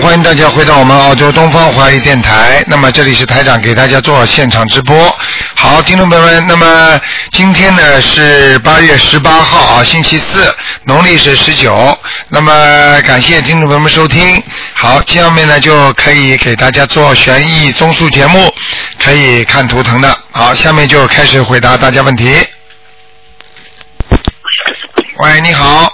欢迎大家回到我们澳洲东方华语电台。那么这里是台长给大家做现场直播。好，听众朋友们，那么今天呢是八月十八号啊，星期四，农历是十九。那么感谢听众朋友们收听。好，下面呢就可以给大家做悬疑综述节目，可以看图腾的。好，下面就开始回答大家问题。喂，你好，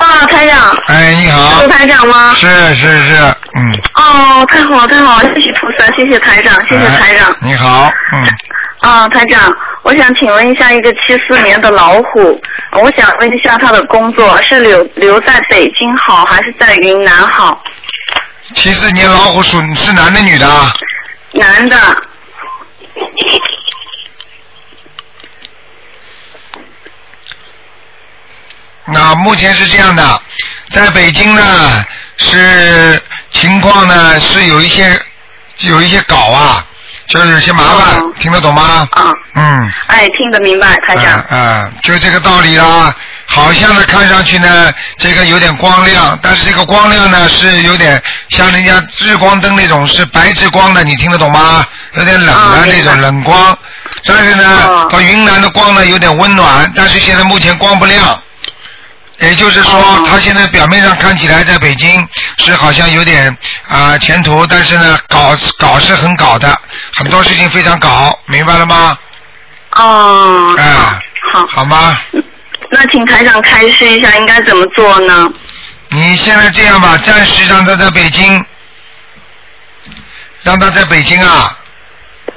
啊，台长，哎，你好是，台长吗？是是是，嗯，哦，太好了，太好了，谢谢菩萨，谢谢台长，谢谢哎台长。你好，嗯。啊，台长，我想请问一下，一个七四年的老虎，我想问一下他的工作是留留在北京好，还是在云南好？七四年老虎属是男的女的啊？男的，那目前是这样的，在北京呢是情况呢是有一些有一些搞啊，就是有些麻烦，哦听得懂吗？啊，嗯，哎，听得明白，台嗯长。嗯，就这个道理啦。好像呢，看上去呢，这个有点光亮，但是这个光亮呢是有点像人家日光灯那种是白炽光的，你听得懂吗？有点冷啊的那明白种冷光，但是呢，哦到云南的光呢有点温暖，但是现在目前光不亮，也就是说哦，它现在表面上看起来在北京是好像有点啊、前途，但是呢搞搞是很搞的，很多事情非常搞，明白了吗？哎哦，啊、好，好吗？那请台长开示一下，应该怎么做呢？你现在这样吧，暂时让他在北京，让他在北京啊，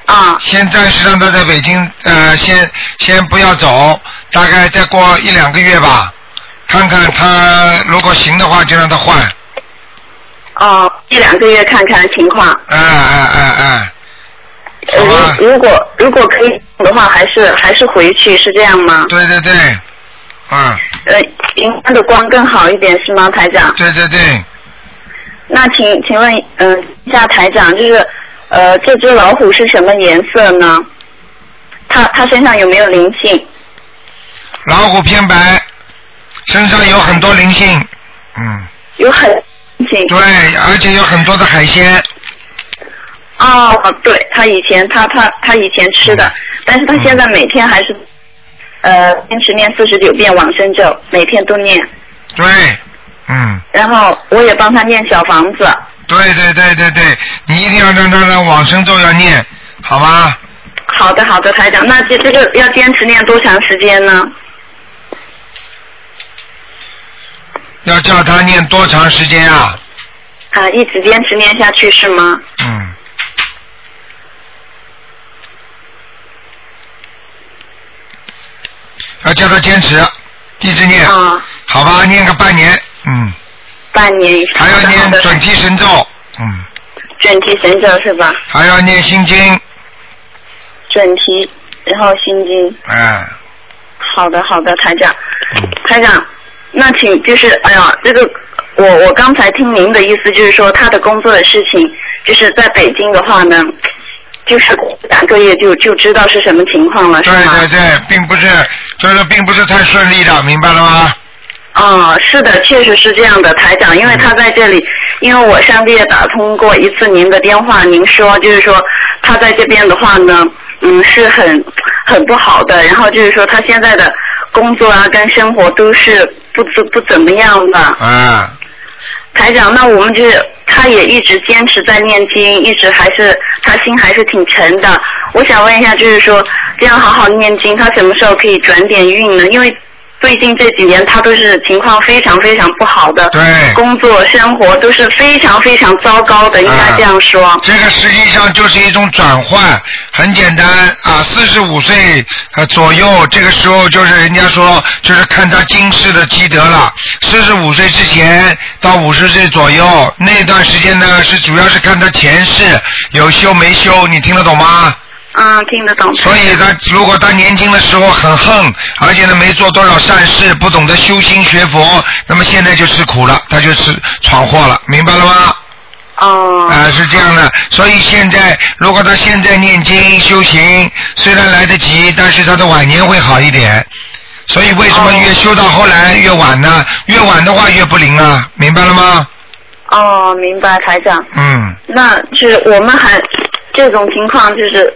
啊，先暂时让他在北京，呃，先先不要走，大概再过一两个月吧，看看他如果行的话，就让他换，哦，一两个月看看情况。哎哎哎哎，呃好吧如如果如果可以的话，还是还是回去是这样吗？对对对，嗯，呃，云南的光更好一点是吗，台长？对对对，那请请问，嗯、一下台长，就是呃，这只老虎是什么颜色呢？它它身上有没有灵性？老虎偏白，身上有很多灵性，嗯，有很灵性。对，而且有很多的海鲜，哦，对，它以前它它它以前吃的，嗯但是它现在每天还是呃坚持念四十九遍往生咒，每天都念。对，嗯。然后我也帮他念小房子。对对对对对，你一定要让他的往生咒要念，好吗？好的，好的，台长，那这这个要坚持念多长时间呢？要叫他念多长时间啊？啊，一直坚持念下去是吗？嗯。要叫他坚持，一直念，啊，好吧？念个半年，嗯，半年以上。还要念好的准提神咒，嗯，准提神咒是吧？还要念心经，准提，然后心经。哎，好的，好的，台长嗯，台长，那请就是，哎呀，这个我我刚才听您的意思就是说，他的工作的事情，就是在北京的话呢，就是两个月就就知道是什么情况了，是对吗？对对，并不是，就是并不是太顺利的，明白了吗？哦，是的，确实是这样的，台长，因为他在这里，因为我上个月打通过一次您的电话，您说就是说他在这边的话呢，嗯，是很很不好的，然后就是说他现在的工作啊跟生活都是不怎不怎么样的。啊，台长，那我们就是他也一直坚持在念经，一直还是他心还是挺沉的。我想问一下，就是说这样好好念经，他什么时候可以转点运呢？因为最近这几年他都是情况非常非常不好的，对，工作生活都是非常非常糟糕的，应啊该这样说。这个实际上就是一种转换，很简单啊，四十五岁呃左右，这个时候就是人家说就是看他今世的积德了。四十五岁之前到五十岁左右那段时间呢，是主要是看他前世有修没修，你听得懂吗？嗯，听得懂。所以他如果他年轻的时候很横，而且呢没做多少善事，不懂得修心学佛，那么现在就吃苦了，他就吃闯祸了，明白了吗？哦，啊、是这样的，所以现在如果他现在念经修行，虽然来得及，但是他的晚年会好一点。所以为什么哦越修到后来越晚呢？越晚的话越不灵啊，明白了吗？哦，明白，台长。嗯，那就是我们还这种情况，就是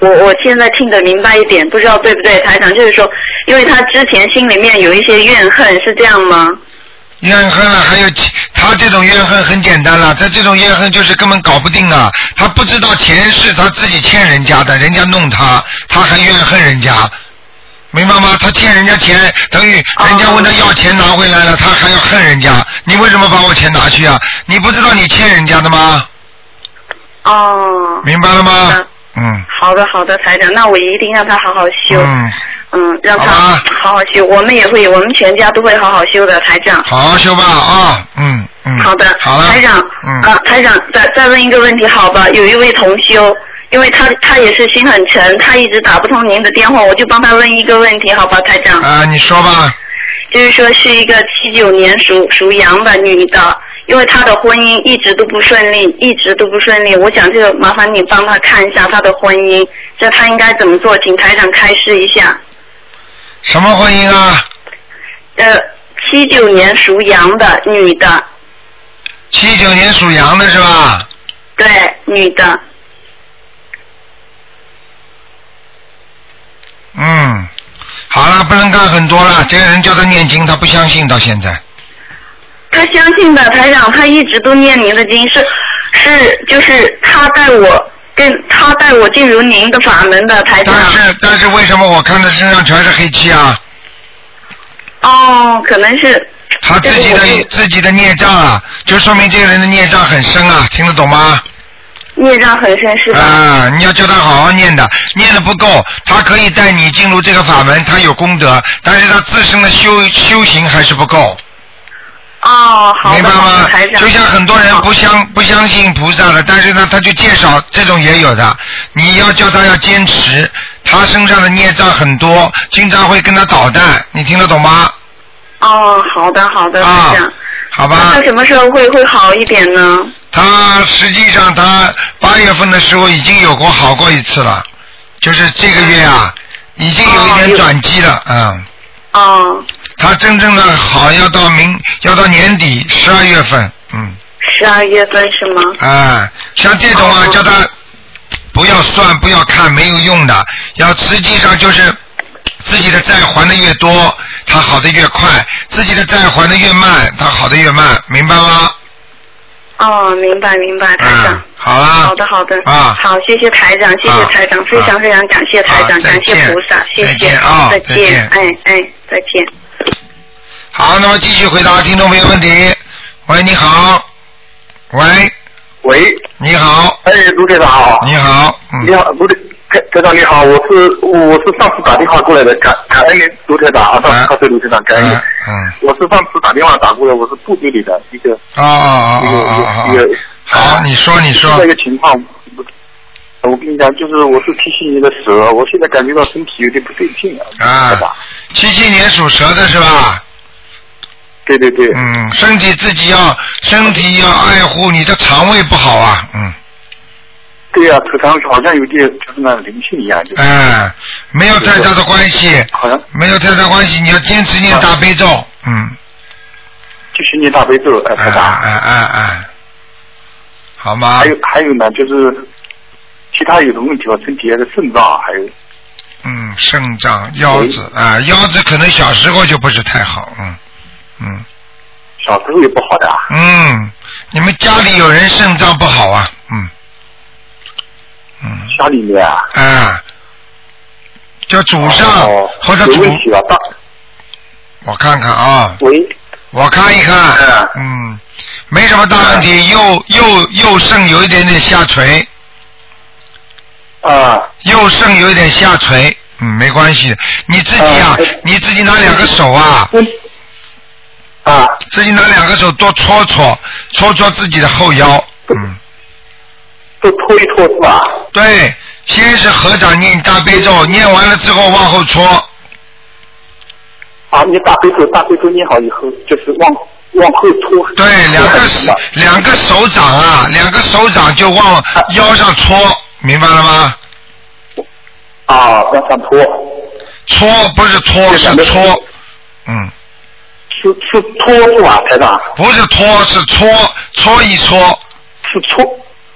我我现在听得明白一点，不知道对不对，台长，就是说，因为他之前心里面有一些怨恨，是这样吗？怨恨啊了，还有其他这种怨恨很简单了，他这种怨恨就是根本搞不定啊，他不知道前世他自己欠人家的，人家弄他，他还怨恨人家。明白吗？他欠人家钱，等于人家问他要钱拿回来了，他还要恨人家。你为什么把我钱拿去啊？你不知道你欠人家的吗？哦，明白了吗嗯？嗯。好的好的，台长，那我一定让他好好修，嗯，嗯让好他吧好好修，我们也会，我们全家都会好好修的，台长。好好修吧啊，嗯嗯。好的，好了。台长，嗯。啊，台长，再再问一个问题，好吧？有一位同修，因为他他也是心很沉，他一直打不通您的电话，我就帮他问一个问题，好吧，台长？啊，你说吧。就是说是一个七九年属属羊的女的，因为她的婚姻一直都不顺利，一直都不顺利。我想这个麻烦你帮她看一下她的婚姻，这她应该怎么做？请台长开示一下。什么婚姻啊？呃，七九年属羊的女的，七九年属羊的是吧？对，女的，嗯。好了，不能干很多了。这个人叫他念经，他不相信，到现在。她相信的台长，她一直都念您的经，是是就是她带我跟她带我进入您的法门的台长。但是但是为什么我看他身上全是黑气啊？哦，可能是他自己这个我的就自己的孽障啊，就说明这个人的孽障很深啊，听得懂吗？孽障很深，是吧？啊，你要叫他好好念的，念的不够，他可以带你进入这个法门，他有功德，但是他自身的修修行还是不够，哦，好明的，白好的吗台？长。就像很多人不相不相信菩萨的，但是呢，他就介绍这种也有的，你要叫他要坚持，他身上的孽障很多，经常会跟他捣蛋，你听得懂吗？哦，好的，好的，啊台长。，好吧。那他什么时候会会好一点呢？他实际上他八月份的时候已经有过好过一次了，就是这个月啊，已经有一点转机了，嗯，哦，他真正的好要到明要到年底十二月份，嗯，十二月份是吗？啊，像这种啊哦，叫他不要算不要看没有用的，要实际上就是自己的债还的越多，他好的越快；自己的债还的越慢，他好的越慢，明白吗？哦，明白明白，台长。嗯，好啦，好的，好的，啊好，谢谢台长，谢谢台长，啊非常非常感谢台啊长，再感谢见菩萨，谢再谢见，啊再再见哎哎，再见。好，那么继续回答听众朋友问题。喂，你好。喂，喂，你好，哎，卢队长好，你好，你嗯，好，卢队，科科长你好，我是我是上次打电话过来的，感感恩您卢队长啊，上哎次告诉卢队长感恩您嗯，嗯，我是上次打电话打过来，我是部队里的一个哦哦一个哦一哦个哦，好，你说你说现在，一个情况，我跟你讲，就是我是七七年的蛇，我现在感觉到身体有点不对劲啊，啊科长七七年属蛇的是吧？对对对，嗯，身体自己要身体要爱护，你的肠胃不好啊，嗯，对呀、啊，头上好像有点就是那灵性一样，就是哎，没有太大的关系，好像没有太大关系，你要坚持念大悲咒，嗯，就是念大悲咒，哎，哎科长。哎哎哎，好吗还？有还有呢，就是其他有的问题吧，身体还有肾脏，啊还有嗯，肾脏、腰子哎啊、腰子可能小时候就不是太好，嗯嗯小时候也不好的啊。嗯，你们家里有人肾脏不好啊，嗯嗯家里面啊，啊，就祖上、哦或者有祖，问题吧？大我看看啊，喂，我看一看嗯，嗯，没什么大问题，右右右肾有一点点下垂，啊，右肾有一点下垂，嗯，没关系，你自己啊，嗯你自己拿两个手啊，问啊，自己拿两个手多搓搓，搓搓自己的后腰。嗯，都拖一拖是吧？对，先是合掌念大悲咒，念完了之后往后搓。啊，你大悲咒，大悲咒念好以后，就是往往后拖。对，两拖个还是什么两个手掌啊，两个手掌就往腰上搓，明白了吗？啊，往上拖，搓不是搓对是两个搓，嗯，是是拖是吧，台长？不是搓是搓，搓一搓，是搓，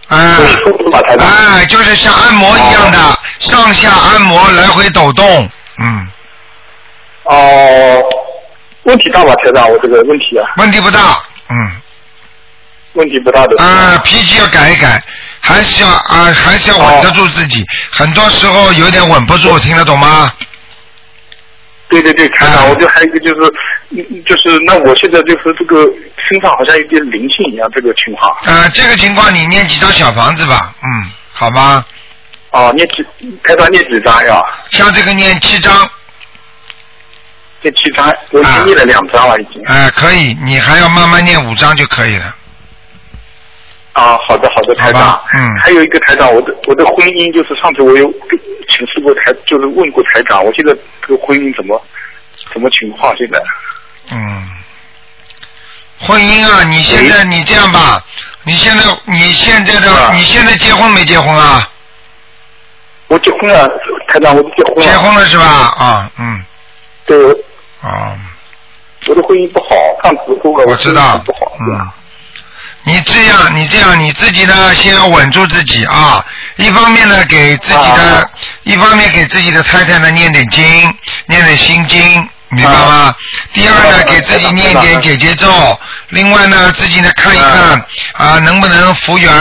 啊是搓是吧，哦台长？哎，就是像按摩一样的，上下按摩来回抖动，嗯，哦，问题大吧，台长？我这个问题啊，问题不大，嗯，问题不大的。啊，脾气要改一改，还是要啊，还是要稳得住自哦己，很多时候有点稳不住，听得懂吗？对对对，台啊长，我就还有一个就是，嗯就是那我现在就是这个身上好像有点灵性一样，这个情况呃，这个情况你念几张小房子吧，嗯，好吗？啊，念几台长念几张呀？像这个念七张，念七张，我已啊经念了两张了已经。哎、可以，你还要慢慢念五张就可以了。啊，好的好的，台好长吧。嗯还有一个台长，我的我的婚姻就是上次我有请示过台，就是问过台长，我现在这个婚姻怎么什么情况现在？嗯，婚姻啊，你现在你这样吧，你现在你现在哎是的吧你现在结婚没结婚啊？我结婚了，台长，我结婚了。结婚了是吧？啊，嗯，对，哦，我的婚姻不好，上次说过我知道不好，，对嗯。你这样，你这样，你自己呢，先要稳住自己啊。一方面呢，给自己的，啊一方面给自己的太太呢念点经，念点心经，明白吗？第二呢，啊给自己念知道点了解结咒。另外呢，自己呢看一看啊，能不能复原。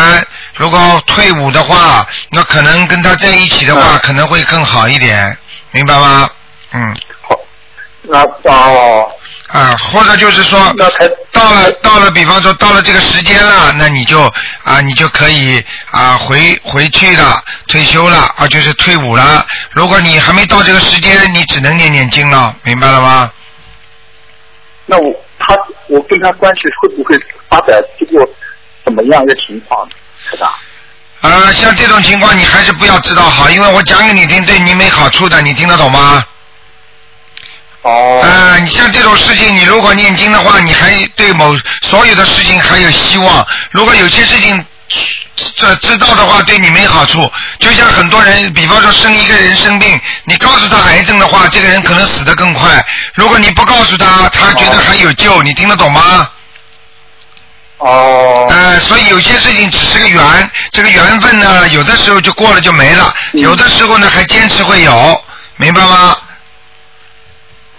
如果退伍的话，那可能跟他在一起的话，啊可能会更好一点，明白吗？嗯好，那哦，啊，或者就是说，那台到了到了，比方说到了这个时间了，那你就啊，你就可以啊回回去了，退休了啊，就是退伍了。如果你还没到这个时间，你只能念念经了，明白了吗？那我他我跟他关系会不会发展经过怎么样一个情况，台长？啊，像这种情况你还是不要知道好，因为我讲给你听对你没好处的，你听得懂吗？哦，啊，你像这种事情，你如果念经的话，你还对某所有的事情还有希望。如果有些事情这知道的话，对你没好处。就像很多人，比方说生一个人生病，你告诉他癌症的话，这个人可能死得更快。如果你不告诉他，他觉得还有救，你听得懂吗？哦，呃，所以有些事情只是个缘，这个缘分呢，有的时候就过了就没了，嗯有的时候呢还坚持会有，明白吗？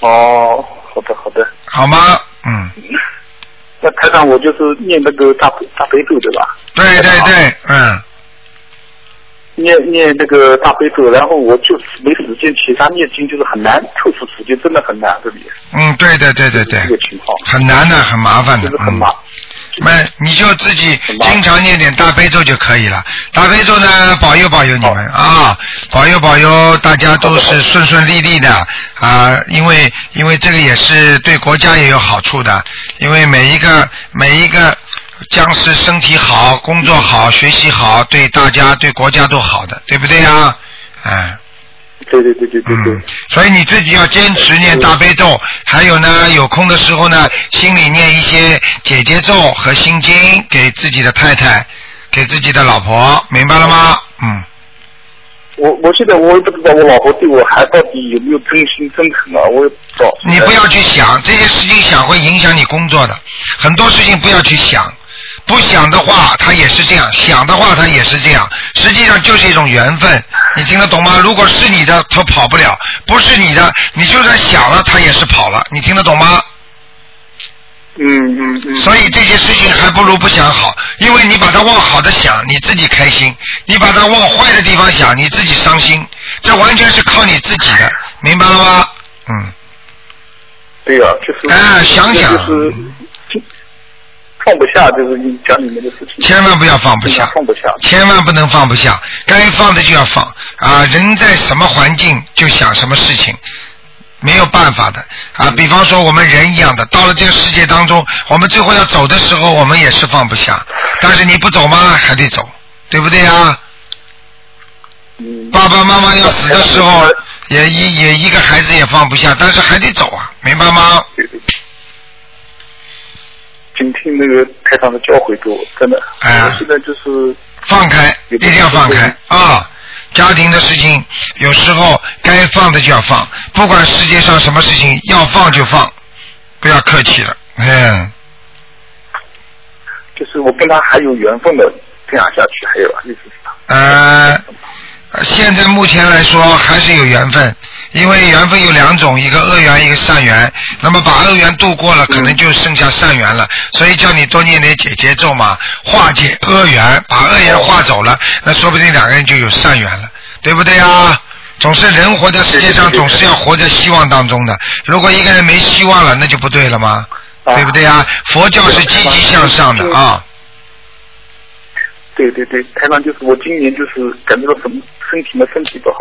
哦，好的好的。好吗？嗯，那台长，我就是念那个大悲大悲咒对吧？对对对，嗯。念念那个大悲咒，然后我就是没时间，其他念经就是很难抽出时间，真的很难这里嗯，对对对对这个对，情况，很难的，很麻烦就的，是很嗯麻。那你就自己很麻烦经常念点大悲咒就可以了。大悲咒呢，保佑保佑你们啊，保佑保佑大家都是顺顺利利的啊，因为因为这个也是对国家也有好处的，因为每一个每一个僵尸身体好，工作好，学习好，对大家对国家都好的，对不对啊？哎。对对对对对对嗯，，所以你自己要坚持念大悲咒，还有呢，有空的时候呢，心里念一些解结咒和心经给自己的太太，给自己的老婆，明白了吗？嗯，我我现在我也不知道我老婆对我还到底有没有真心真诚啊，我也不知道。你不要去想这些事情，想会影响你工作的，很多事情不要去想。不想的话，他也是这样；想的话，他也是这样。实际上就是一种缘分，你听得懂吗？如果是你的，他跑不了；不是你的，你就算想了，他也是跑了。你听得懂吗？嗯嗯嗯。所以这些事情还不如不想好，因为你把它往好的想，你自己开心；你把它往坏的地方想，你自己伤心。这完全是靠你自己的，明白了吗？嗯，对呀、就是哎想想就是就放不下，就是你家里面的事情，千万不要放不下，放不下。千万不能放不下，该放的就要放啊！人在什么环境就想什么事情，没有办法的啊。比方说我们人一样的，到了这个世界当中，我们最后要走的时候，我们也是放不下，但是你不走吗？还得走，对不对啊？嗯，爸爸妈妈要死的时候，也一也一个孩子也放不下，但是还得走啊，明白吗？对对。谨听那个台长的教诲多，真的。哎我现在就是放开，一定要放开啊！家庭的事情，有时候该放的就要放，不管世界上什么事情，要放就放，不要客气了。嗯，就是我跟他还有缘分的，这样下去还有啊，意思是吧？呃，现在目前来说还是有缘分，因为缘分有两种，一个恶缘，一个善缘。那么把恶缘度过了，嗯可能就剩下善缘了。所以叫你多念点解结咒嘛，化解恶缘，把恶缘化走了，那说不定两个人就有善缘了，对不对啊？总是人活在世界上，对对对对总是要活在希望当中的。如果一个人没希望了，那就不对了吗？啊对不对啊？佛教是积极向上的啊。对对对，台长就是我今年就是感觉到什么身体嘛，身体不好，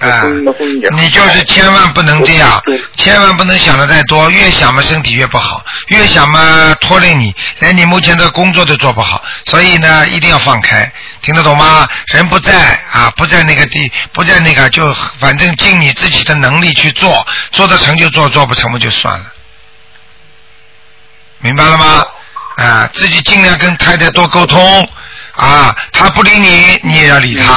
台啊婚姻嘛婚姻也好你就是千万不能这样对对，千万不能想的太多，越想嘛身体越不好，越想嘛拖累你，连你目前的工作都做不好，所以呢一定要放开，听得懂吗？人不在啊，不在那个地，不在那个，就反正尽你自己的能力去做，做得成就做，做不成嘛就算了，明白了吗？啊，自己尽量跟太太多沟通啊，他不理你，你也要理他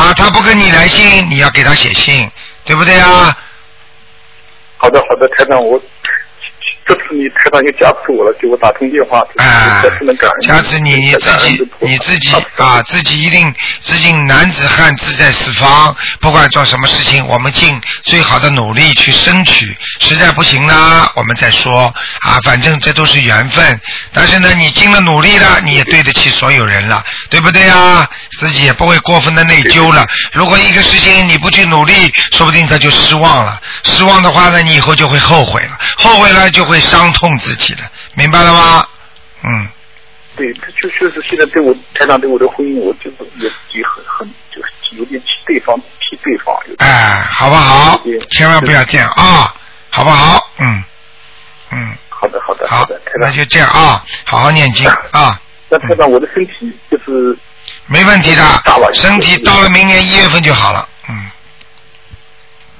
啊，他不跟你来信，你要给他写信，对不对啊？好的好的，台长我。这次你台长又加持我了，给我打通电话，啊这次能感，恩，下次你你自感恩己的菩萨你自己啊，自己一定自尽男子汉志在四方，不管做什么事情，我们尽最好的努力去争取，实在不行呢，我们再说啊，反正这都是缘分。但是呢，你尽了努力了，你也对得起所有人了，对不对啊？自己也不会过分的内疚了。如果一个事情你不去努力，说不定他就失望了。失望的话呢，你以后就会后悔了，后悔了就会伤痛自己的，明白了吗？嗯。对，他就确实现在对我台长对我的婚姻，我就是也也很很就是有点替对方替对方。有点哎，好不好？千万不要这样啊，好不好？嗯，嗯，好的好的好的，台，那长。就这样啊，好好念经啊，那台长，我的身体就是没问题的嗯大晚，上身体到了明年一月份就好了，嗯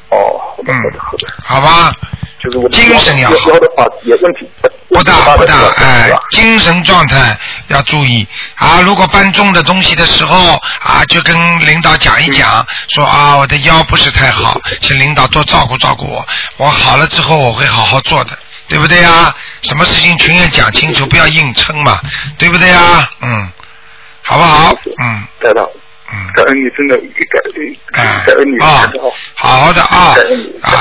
哦，好的好嗯的好的，，好吧，就是我的精神要腰好腰的话也问题不大不大是吧，哎是吧，精神状态要注意啊。如果搬重的东西的时候啊，就跟领导讲一嗯讲，说啊我的腰不是太好，请领导多照顾照顾我。我好了之后我会好好做的，对不对啊？什么事情全要讲清楚，不要硬撑嘛，对不对啊？嗯，好不好？嗯台长，嗯。感恩你真的感哎恩感恩你，啊台长，好好的啊感恩你啊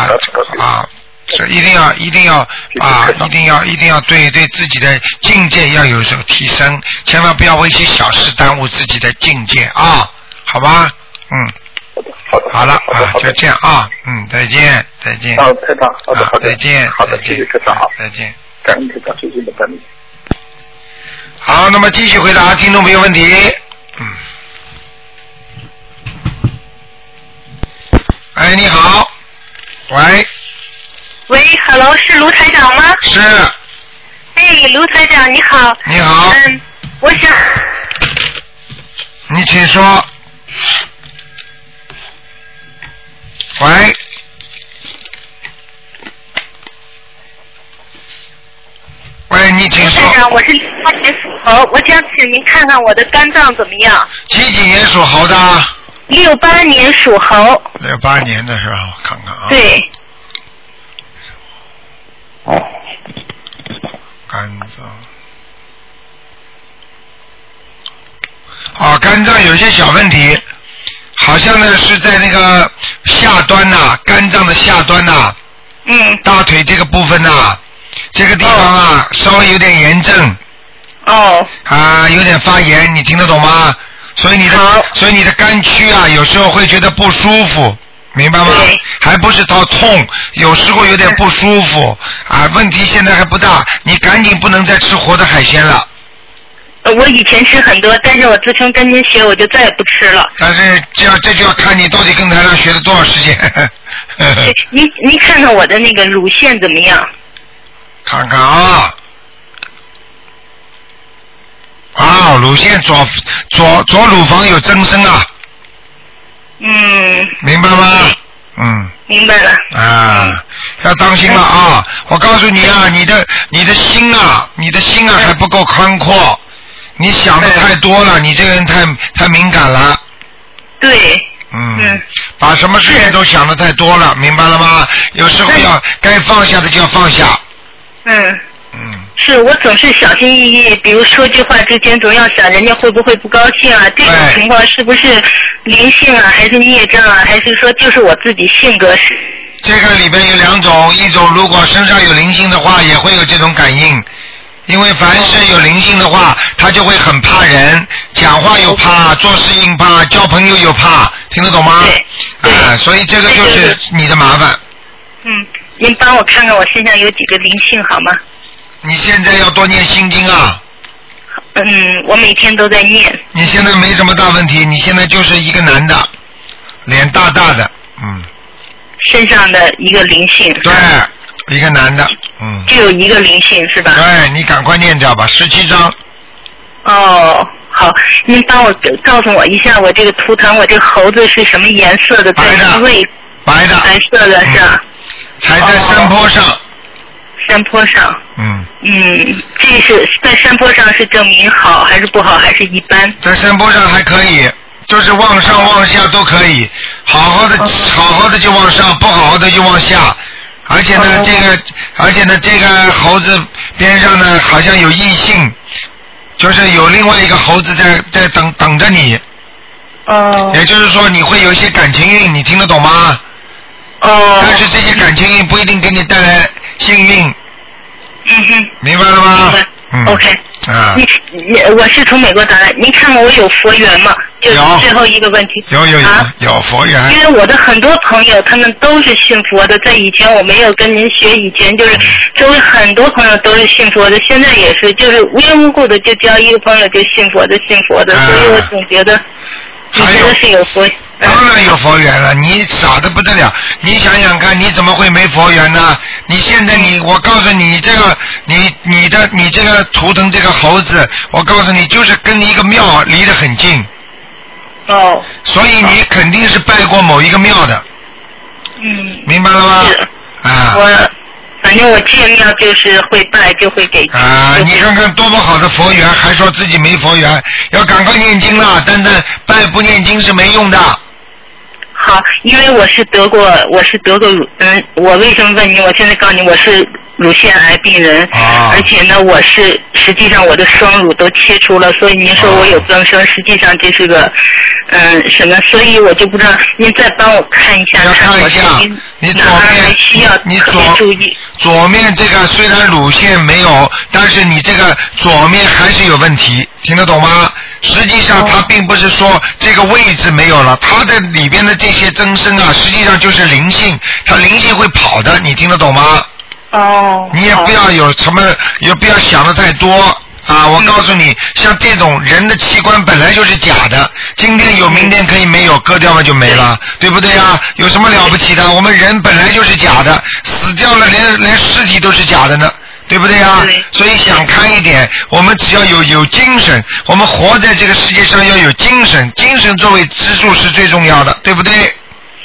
啊！这一定要一定要啊，一定要一定要对对自己的境界要有所提升，千万不要为一些小事耽误自己的境界啊，好吧？嗯，好的好的好了好的啊好，就的，这样啊，嗯，再见再见，啊啊，台长，好的好的，再见好的再，谢见谢台长啊，再见。感恩台长，谢谢你的感恩。好，那么继续回答听众朋友问题。嗯。哎，你好，喂，喂，Hello，是卢台长吗？是哎，卢台长你好。你好，嗯，我想，你请说。喂，喂，你请卢台说。长，我是花学佛，我想请您看看我的肝脏怎么样。几几年属猴的？六八年属猴，六八年的是吧？我看看啊。。对，肝脏。啊，肝脏有些小问题，好像呢是在那个下端呐、肝脏的下端呐、嗯，大腿这个部分呐、这个地方啊，稍微有点炎症哦，啊，有点发炎，你听得懂吗？所以你的好，所以你的肝区啊，有时候会觉得不舒服，明白吗对？还不是到痛，有时候有点不舒服啊。问题现在还不大，你赶紧不能再吃活的海鲜了。呃我以前吃很多，但是我自从跟您学，我就再也不吃了。但是这要这就要看你到底跟台上学了多少时间。 哎对您您看看我的那个乳腺怎么样？看看啊，啊，乳腺左左左乳房有增生啊，嗯，明白吗？嗯明白了。啊，要当心了啊！我告诉你啊，你的你的心啊，你的心啊还不够宽阔，你想的太多了，你这个人太太敏感了。对，嗯嗯，把什么事情都想的太多了，明白了吗？有时候要该放下的就要放下，嗯，嗯，是我总是小心翼翼，比如说句话之前总要想人家会不会不高兴啊，这种哎情况是不是灵性啊，还是孽障啊，还是说就是我自己性格是？这个里边有两种，一种如果身上有灵性的话，也会有这种感应。因为凡是有灵性的话，他就会很怕人，讲话又怕，做事情怕，交朋友又怕，听得懂吗？对啊，所以这个就对对是对你的麻烦。嗯，您帮我看看我身上有几个灵性好吗？你现在要多念心经啊！嗯，我每天都在念。你现在没什么大问题，你现在就是一个男的，脸大大的，嗯，身上的一个灵性，对，一个男的，嗯，就有一个灵性是吧？对你赶快念掉吧，十七章，哦，好，您帮我告诉我一下，我这个图腾，我这个猴子是什么颜色的？白在的啊嗯什么位？白的，白色的是吧？踩在山坡上，山坡上。嗯，嗯，这是在山坡上是证明好还是不好，还是一般？在山坡上还可以，就是往上往下都可以，好好的好好的就往上，不好好的就往下。而且呢，哦这个，而且呢，这个猴子边上呢，好像有异性，就是有另外一个猴子在在等等着你，哦也就是说，你会有一些感情运，你听得懂吗？哦，但是这些感情运不一定给你带来幸运，嗯哼。明白了吗明白？嗯。 OK 啊，你你我是从美国打来，您看看我有佛缘吗？就是有最后一个问题。有有有啊有佛因缘，为我的很多朋友，他们都是信佛的，在以前我没有跟您学，以前就是嗯周围很多朋友都是信佛的，现在也是，就是无缘无故的就交一个朋友就信佛的，信佛的，啊所以我总觉得，你还觉有得是有佛，当然有佛缘了。你傻的不得了，你想想看，你怎么会没佛缘呢？你现在你，我告诉你，你这个你你的你这个图腾这个猴子，我告诉你，就是跟一个庙离得很近，哦，所以你肯定是拜过某一个庙的，嗯，明白了吗是？啊。我反正我见庙就是会拜，就会给，啊，就你会看看多么好的佛缘，还说自己没佛缘，要赶快念经了。丹丹，拜不念经是没用的。好，因为我是得过，我是得过乳，嗯，我为什么问你？我现在告诉你，我是乳腺癌病人，啊而且呢，我是实际上我的双乳都切除了，所以您说我有增生，实际上这是个，嗯，什么？所以我就不知道，您再帮我看一下，要看一我下这你左哪儿还面需要你特别左注意？左面这个虽然乳腺没有，但是你这个左面还是有问题，听得懂吗？实际上它并不是说这个位置没有了，它的里边的这些增生啊，实际上就是灵性，它灵性会跑的，你听得懂吗？哦，你也不好要有什么，也不要想的太多啊！我告诉你，像这种人的器官本来就是假的，今天有，明天可以没有，割掉了就没了，对不对啊？有什么了不起的？我们人本来就是假的，死掉了连连尸体都是假的呢。对不对啊对？所以想开一点，我们只要有有精神，我们活在这个世界上要有精神，精神作为支柱是最重要的，对不对？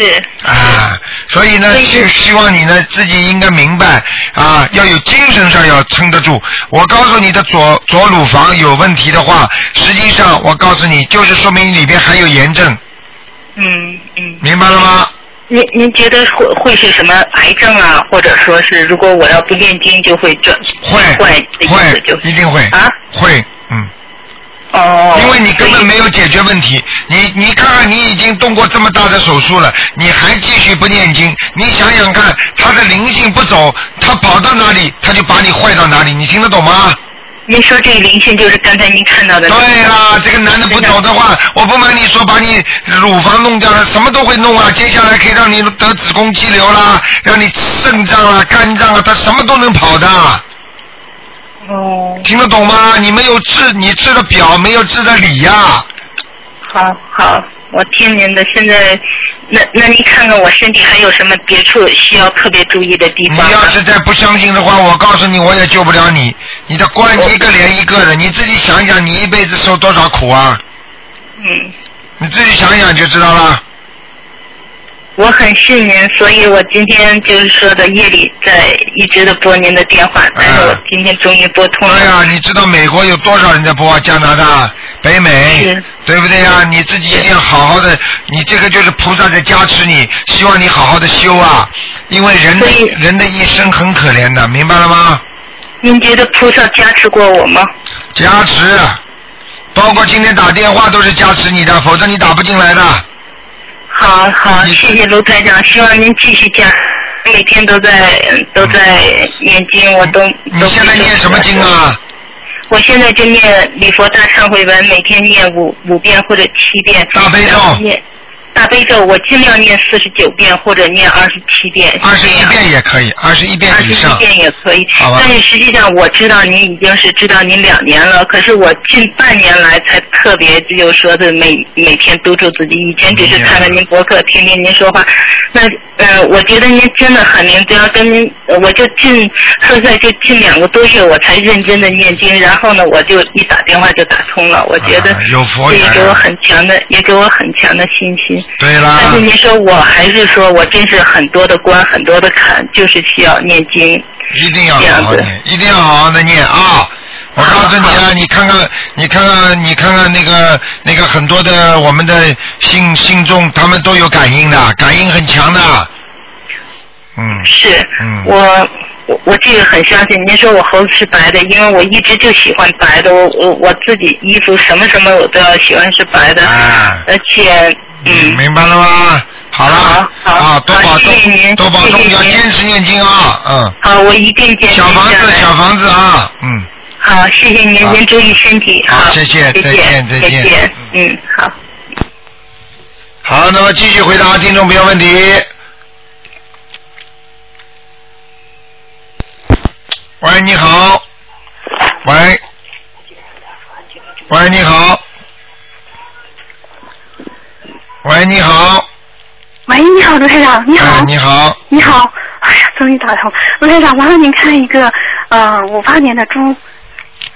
是啊，所以呢，所以希希望你呢自己应该明白嗯啊，要有精神上要撑得住。我告诉你的左左乳房有问题的话，实际上我告诉你，就是说明里边还有炎症，嗯嗯，明白了吗？您您觉得会会是什么癌症啊，或者说是如果我要不念经就会转会坏的意思会就，是一定会啊会，嗯，哦，因为你根所本以没有解决问题。你你看看，你已经动过这么大的手术了，你还继续不念经，你想想看，他的灵性不走，他跑到哪里，他就把你坏到哪里，你听得懂吗？您说这个灵性就是刚才您看到的，对啦，这个男的不懂的话，我不瞒你说，把你乳房弄掉了，什么都会弄啊。接下来可以让你得子宫肌瘤啦，让你肾脏啦、肝脏啊，它什么都能跑的，哦，听得懂吗？你没有治，你治的表，没有治的里呀、好好，我听您的。现在，那那您看看我身体还有什么别处需要特别注意的地你方吗？要是再不相信的话，我告诉你，我也救不了你。你的关一个连一个的，你自己想一想，你一辈子受多少苦啊？嗯，你自己想一想就知道了。我很信您，所以我今天就是说的夜里在一直的拨您的电话，但是我今天终于拨通了。啊对呀、你知道美国有多少人在播啊？加拿大、北美是，对不对呀、你自己一定要好好的，你这个就是菩萨在加持你，希望你好好的修啊，因为人的所以人的一生很可怜的，明白了吗？您觉得菩萨加持过我吗？加持，包括今天打电话都是加持你的，否则你打不进来的。好好，嗯谢谢卢台长，希望您继续加。每天都在都在念经，我都你都嗯现在念什么经？啊？我现在就念礼佛大忏悔文，每天念五五遍或者七遍。大悲咒然后念大悲咒，我尽量念四十九遍或者念二十七遍。二十一遍也可以，二十一遍二十以一上。遍也可以，好吧但是实际上我知道您已经是知道您两年了，可是我近半年来才特别就说的每每天督促自己，以前只是看看您博客，听听您说话。那呃，我觉得您真的很灵，只要跟您，我就近现在就近两个多月我才认真的念经，然后呢，我就一打电话就打通了，我觉得、啊有佛这也缘给我很强的，也给我很强的信心。对啦，但是您说我还是说我真是很多的关，很多的坎，就是需要念经。一定要好好这念，一定要好好的念啊！我告诉你啊，你看看，你看看，你看看那个那个很多的我们的信信众，他们都有感应的，感应很强的。嗯，是，嗯我我我这个很相信。您说我猴子是白的，因为我一直就喜欢白的，我我我自己衣服什么什么我都要喜欢是白的，啊而且嗯。明白了吗？好了，好好啊，多保好谢谢重，您多保谢重，谢要您坚持念经啊，嗯。好，我一定坚持小下房子，来小房子啊，嗯。好，谢谢您好，您注意身体。好好，谢谢再再见见，再再见见。嗯，好。好，那么继续回答听众朋友问题。喂，你好。喂。喂，你好。喂，你好。喂，你好，卢台长，你好，哎你好。你好，哎呀，终于打通，卢台长，麻烦您看一个，呃，五八年的猪，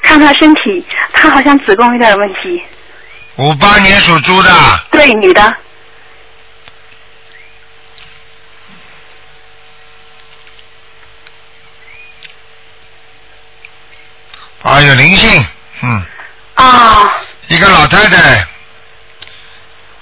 看她身体，她好像子宫有点问题，五八年属猪的，对，女的，啊，有灵性，嗯，啊一个老太太，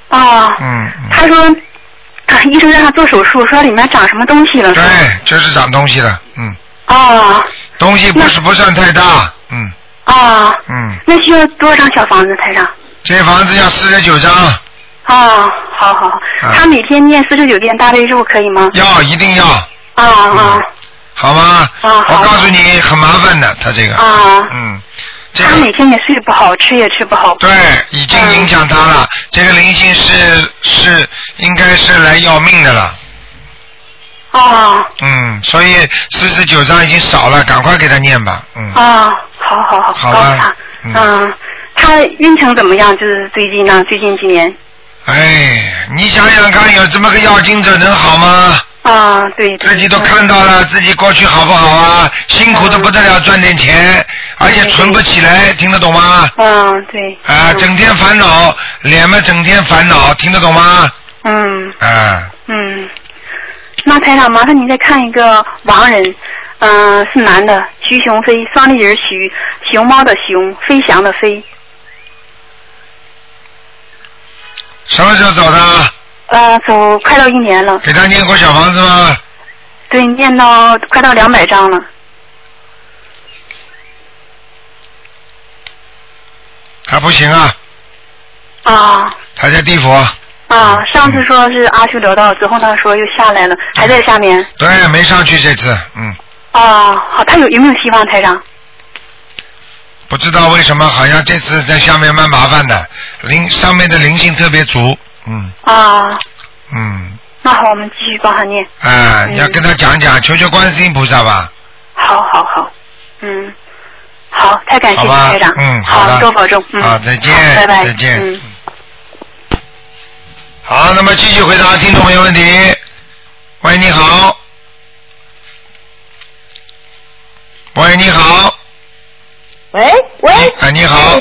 啊，嗯，嗯她说，啊，医生让她做手术，说里面长什么东西了，是吧，对，就是长东西了，嗯，哦东西不是不算太大，嗯哦，嗯，那需要多少张小房子，台长？这房子要四十九张，啊哦，好好好，她每天念四十九遍大悲咒可以吗？要一定要，嗯啊啊好吗？啊好我的告诉你，很麻烦的，他这个，啊！嗯，这她每个天也睡不好，吃也吃不好。对，已经影响他了。嗯这个灵性是是应该是来要命的了，哦嗯，所以四十九章已经少了，赶快给他念吧，嗯，哦，好好好，好告吧诉他。嗯嗯，他运程怎么样？就是最近呢，最近几年。哎，你想想看，有这么个要经者能好吗？啊，对。对自己都看到了，自己过去好不好啊？辛苦的不得了，赚点钱，而且存不起来，听得懂吗？嗯，对。啊，整天烦恼，脸嘛整天烦恼，听得懂吗？嗯啊，嗯，那台长，麻烦您再看一个亡人，嗯、是男的，徐雄飞，双立人徐，熊猫的熊，飞翔的飞，什么时候走的？呃，走快到一年了，给他念过小房子吗？对，念到快到两百章了。他不行啊，啊他在地府。嗯啊，上次说是阿修聊到之后，他说又下来了，还在下面。对，没上去这次，嗯，啊，好，他有有没有希望，台长？不知道为什么，好像这次在下面蛮麻烦的，灵上面的灵性特别足，嗯啊，嗯，那好，我们继续帮他念。啊，嗯你要跟他讲讲，求求观世音菩萨吧，好好好，嗯，好，太感谢好你，吧台长，，嗯，好，的，多保重，嗯，好，再见好，拜拜，再见，嗯。好，那么继续回答听众朋友问题。喂，你好。喂，你好。喂喂，哎啊，你好。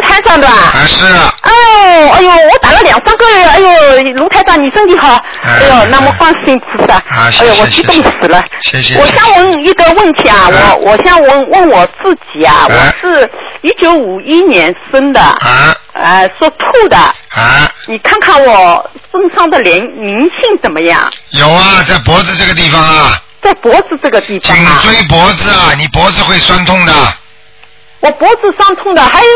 台长的啊。啊，是啊。哦，哎呦，我打了两三个月，哎呦，卢台长你身体好，哎呦，那么放心菩萨，啊哎谢呦，谢我激动死了。谢谢。我想问一个问题啊，哎我我想问问我自己啊，哎我是一九五一年生的，啊呃，属兔的，啊，你看看我身上的灵灵性怎么样？有啊，在脖子这个地方啊，对在脖子这个地方颈啊，椎脖子啊，你脖子会酸痛的。我脖子伤痛的，还有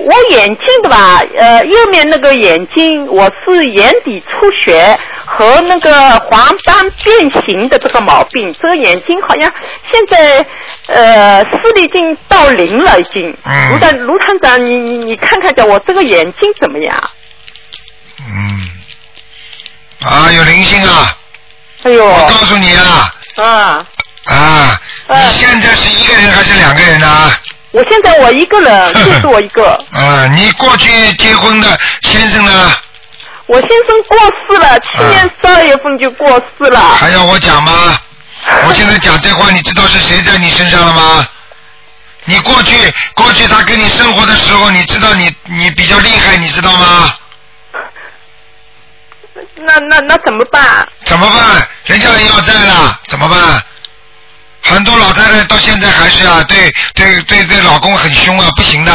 我眼睛的吧，呃，右面那个眼睛我是眼底出血和那个黄斑变形的这个毛病，这个眼睛好像现在呃视力已经到零了，已经。嗯卢站卢探长，你你你看看下我这个眼睛怎么样？嗯，啊，有灵性啊！哎呦，我告诉你啊，啊，啊，哎你现在是一个人还是两个人啊？我现在我一 个人，就是我一个。啊，你过去结婚的先生呢？我先生过世了，去年十二月份就过世了。啊还要我讲吗？我现在讲这话，你知道是谁在你身上了吗？你过去过去他跟你生活的时候，你知道你你比较厉害，你知道吗？ 那那那怎么办？怎么办？人家人要债了，怎么办？很多老太太到现在还是啊，对对对对，老公很凶啊，不行的。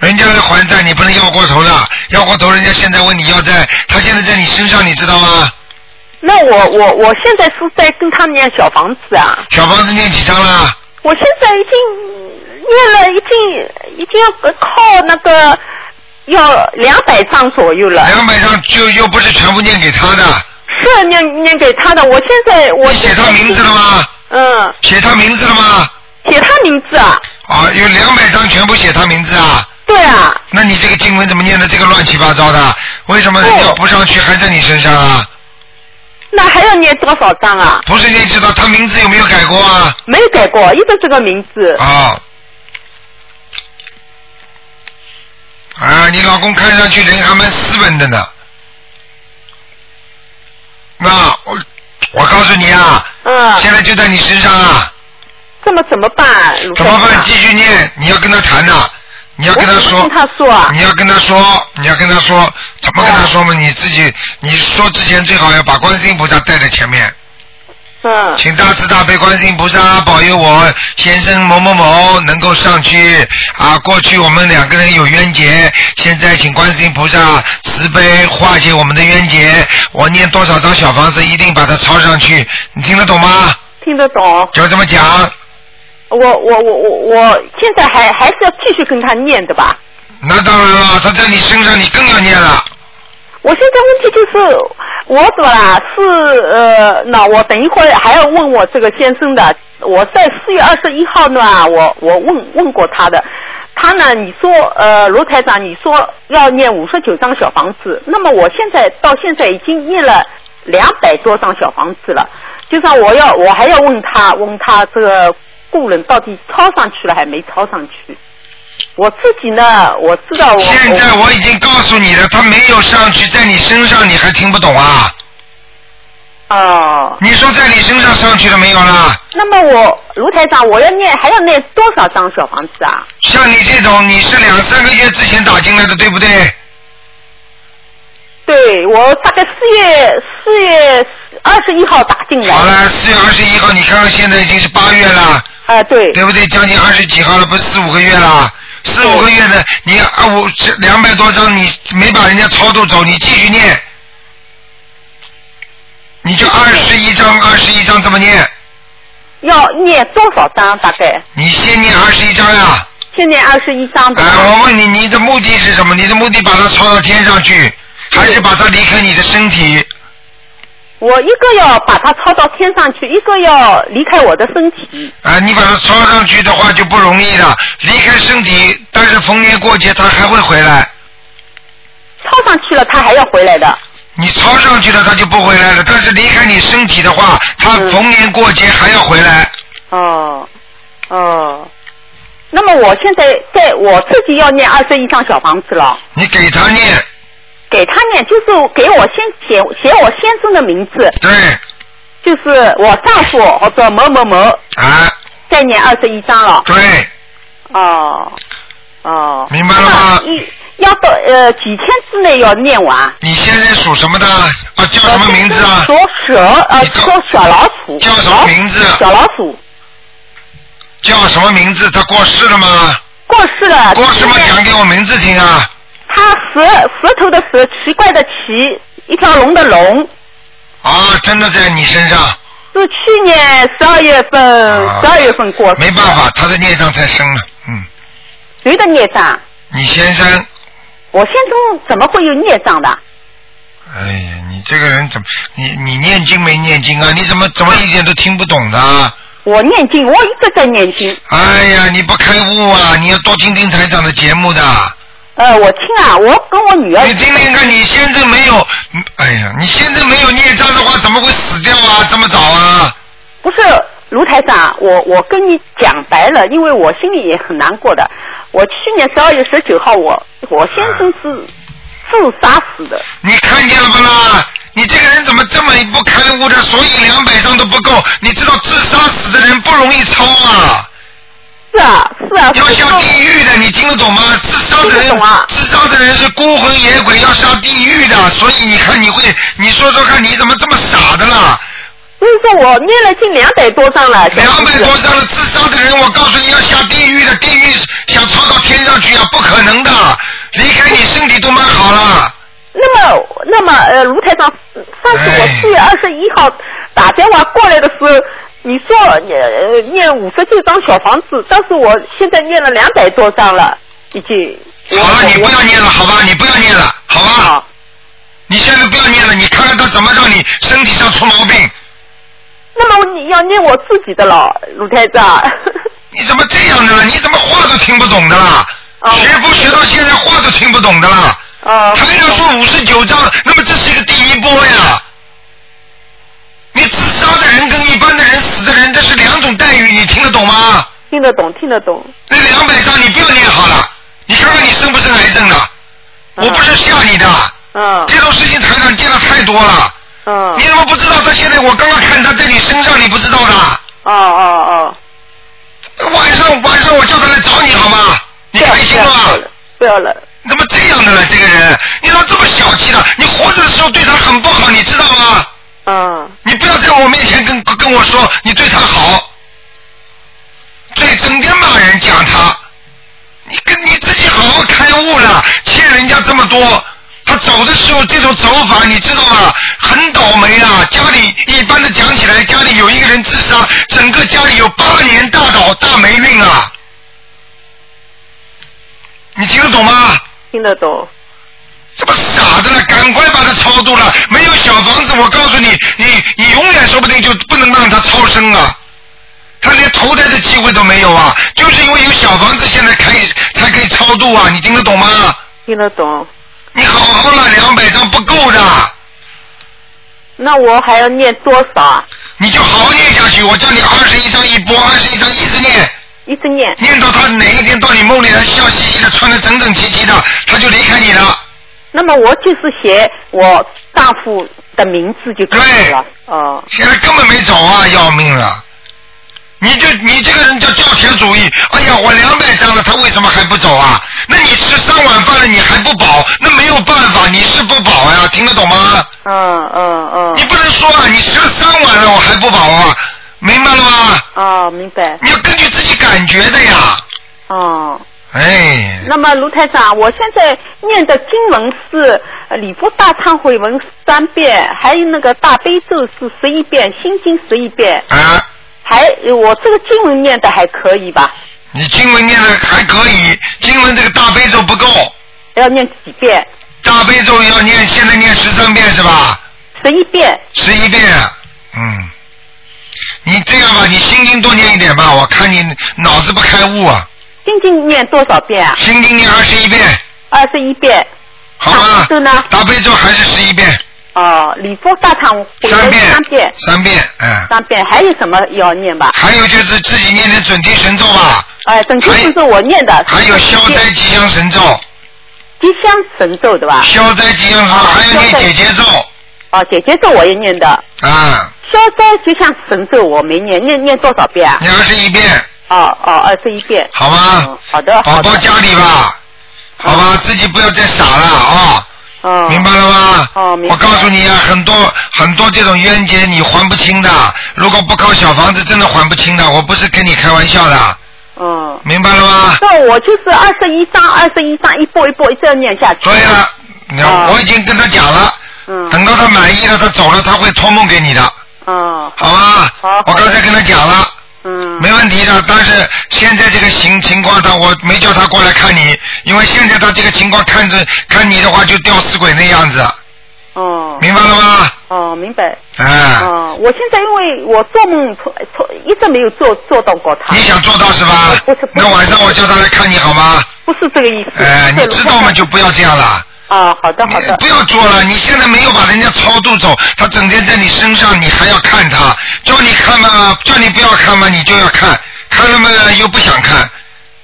人家在还债，你不能要过头的，要过头，人家现在问你要债，他现在在你身上，你知道吗？那我我我现在是在跟他念小房子啊，小房子念几张了？我现在已经念了，已经已经要呃靠那个要两百张左右了，两百张就又不是全部念给他的，是念念给他的。我现在我你写他名字了？吗？嗯，写他名字了吗？写他名字啊，啊，有两百张全部写他名字啊？对啊，那你这个经文怎么念的这个乱七八糟的？为什么人家哦不上去还在你身上啊？那还要念多少张啊？不是你知道他名字有没有改过啊？没有改过，一直这个名字。啊。啊，你老公看上去人还蛮斯文的呢。那我我告诉你啊，嗯，现在就在你身上啊，这么怎么办？卢怎么先办？生啊继续念，你要跟他谈呐、你要跟他我说怎么跟，他说啊你要跟他说，你要跟他说，怎么跟他说嘛？你自己，你说之前最好要把观世音菩萨带在前面。嗯请大慈大悲观世音菩萨保佑我先生某某某能够上去啊！过去我们两个人有冤结，现在请观世音菩萨慈悲化解我们的冤结。我念多少张小房子，一定把它抄上去。你听得懂吗？听得懂。就这么讲。我我我我我现在还还是要继续跟他念的吧。那当然了，他在你身上，你更要念了。我现在问题就是我怎么啦？是呃，那我等一会儿还要问我这个先生的。我在四月二十一号呢，我我问问过他的，他呢，你说呃，罗台长，你说要念五十九张小房子，那么我现在到现在已经念了两百多张小房子了，就算我要我还要问他问他这个故人到底抄上去了还没抄上去。我自己呢，我知道我现在我已经告诉你了，他没有上去，在你身上，你还听不懂啊？我哦。你说在你身上上去了没有啦？那么我卢台长，我要念还要念多少张小房子啊？像你这种，你是两三个月之前打进来的，对不对？对，我大概四月四月二十一号打进来。好了，四月二十一号，你看看现在已经是八月了，啊、对，对不对？将近二十几号了，不是四五个月了？啊四五个月的，你啊五两百多张，你没把人家超度走，你继续念，你就二十一张，二十一张这么念，要念多少张？大概你先念二十一张呀、啊。先念二十一张哎对吧，我问你，你的目的是什么？你的目的把它抄到天上去，还是把它离开你的身体？我一个要把它抄到天上去，一个要离开我的身体。啊，你把它抄上去的话就不容易了，离开身体，但是逢年过节它还会回来。抄上去了，它还要回来的。你抄上去了，它就不回来了。但是离开你身体的话，它嗯逢年过节还要回来。哦，哦。那么我现在在我自己要念二十一张小房子了，你给它念，给他念就是给我先写写我先生的名字，对，就是我丈夫或者某某某，啊，再念二十一章了。对，哦，哦，明白了吗那一要到呃几天之内要念完。你现在属什么的？啊，叫什么名字啊？属蛇，呃，你告属小老鼠。叫什么名字啊小老鼠叫什么名字？他过世了吗？过世了。过世吗？讲给我名字听啊！他舌舌头的舌，奇怪的奇，一条龙的龙。啊，真的在你身上。是去年十二月份，啊十二月份过世的没办，法，他的孽障太深了。嗯，谁的孽障？你先生，我先生怎么会有孽障的？哎呀，你这个人怎么，你你念经没念经啊？你怎么怎么一点都听不懂的、啊？我念经，我一直在念经。哎呀，你不开悟啊！你要多听听台长的节目的。呃，我听啊，我跟我女儿你听听看，你先生没有，嗯哎呀，你先生没有孽障的话，怎么会死掉啊？这么早啊？不是卢台长，我我跟你讲白了，因为我心里也很难过的。我去年十二月十九号，我我先生是啊自杀死的。你看见了不啦？你这个人怎么这么不开悟的？所以两百张都不够。你知道自杀死的人不容易超啊，是啊，是啊，要是下说地狱的，你听得懂吗？自杀的听得人，懂啊自杀的人是孤魂野鬼，要下地狱的。所以你看你会，你说说看，你怎么这么傻的啦？所以说我念了近两百多张了，小两房百子多张了，自杀的人，我告诉你要下地狱的，地狱想超到天上去啊，不可能的。离开你身体都蛮好了。那么，那么，呃，卢台长，上次我哎四月二十一号打电话过来的时候，你说呃念五十九张小房子，但是我现在念了两百多张了，已经。好了，你不要念了，好吧？你不要念了，好吧？好，你现在不要念了，你看看他怎么让你身体上出毛病。那么你要念我自己的了，卢台长。 你怎么这样的了？你怎么话都听不懂的啦？哦学佛学到现在话都听不懂的啦？哦，台上说五十九章，那么这是一个第一波呀。你自杀的人跟一般的人死的人，这是两种待遇，你听得懂吗？听得懂，听得懂。那两百张你不要念好了，你看看你生不生癌症了？我不是吓你的，嗯这种事情台上见的太多了。嗯你，怎么不知道？他现在我刚刚看他在你身上，你不知道的。哦哦晚上晚上我叫他来找你好吗？你哦，开心了吗？不要了，你怎么这样的了？这个人，你咋这么小气的？你活着的时候对他很不好，你知道吗？不要了。嗯你不要在我面前跟跟我说你对他好，对整天骂人讲他，你跟你自己好好开悟了，欠人家这么多。他走的时候这种走法，你知道吗？很倒霉啊！家里一般的讲起来，家里有一个人自杀，整个家里有八年大倒大霉运啊！你听得懂吗？嗯，听得懂。这么傻的了，赶快把他超度了。没有小房子，我告诉你，你你永远说不定就不能让他超生啊。他连投胎的机会都没有啊！就是因为有小房子，现在可以才可以超度啊！你听得懂吗？听得懂，你好好了，两百张不够的，那我还要念多少啊？你就好好念下去。我叫你二十一张一波，二十一张一直念，一直念。念到他哪一天到你梦里来，笑嘻嘻的，穿的整整齐齐的，他就离开你了。那么我就是写我丈夫的名字就可以了。哦，现在根本没走啊，要命了！你这你这个人叫教条主义，哎呀，我两百张了，他为什么还不走啊？那你吃三碗饭了，你还不饱，那没有办法，你是不饱呀、听得懂吗？嗯嗯你嗯，不能说啊，你吃了三碗了，我还不饱啊，明白了吗？哦，明白。你要根据自己感觉的呀。哦，哎，那么卢台长，我现在念的经文是呃礼佛大忏悔文三遍，还有那个大悲咒是十一遍，心经十一遍，啊，还呃我这个经文念的还可以吧？你经文念的还可以，经文这个大悲咒不够，要念几遍？大悲咒要念，现在念十三遍是吧？十一遍。十一遍，嗯，你这样吧，你心经多念一点吧，我看你脑子不开悟啊，心经念多少遍啊？心经念二十一遍，二十一遍。好吧大悲咒呢？大悲咒还是十一遍，哦，礼佛大忏悔三文遍，三遍。三遍，嗯，三遍，还有什么要念吧？还有就是自己念点准提神咒吧，哎，整经还有是我念的，还有消灾吉祥神咒，吉祥神咒对吧？消灾吉祥神咒，啊还有念消灾姐姐咒，哦，姐姐咒我也念的，啊，消灾吉祥神咒我没念，念念多少遍啊？念二十一遍，哦哦，二十一遍。好吗嗯？好的，宝好宝的。家里吧，好吧，自己不要再傻了啊。嗯，明白了吗？哦明白我告诉你啊，很多很多这种冤结你还不清的，如果不靠小房子，真的还不清的。我不是跟你开玩笑的，嗯，明白了吗？那我就是二十一章，二十一章一波一波一直要念下去。所以了，你看哦我已经跟他讲了，嗯等到他满意了，他走了，他会托梦给你的，嗯，好吗？好我刚才跟他讲了，嗯，没问题的。但是现在这个情情况上，我没叫他过来看你，因为现在他这个情况看着看你的话就吊死鬼那样子，哦，明白了吗？哦，明白。哎、哦，我现在因为我做梦从从一直没有做做到过他你，想做到是吧不是不？是那晚上我叫他来看你好吗？不是这个意思。哎、你对知道吗？就不要这样了。啊，好的好你的不，要做了，你现在没有把人家超度走，他整天在你身上，你还要看他，叫你看嘛，叫你不要看嘛，你就要看，看了嘛又不想看，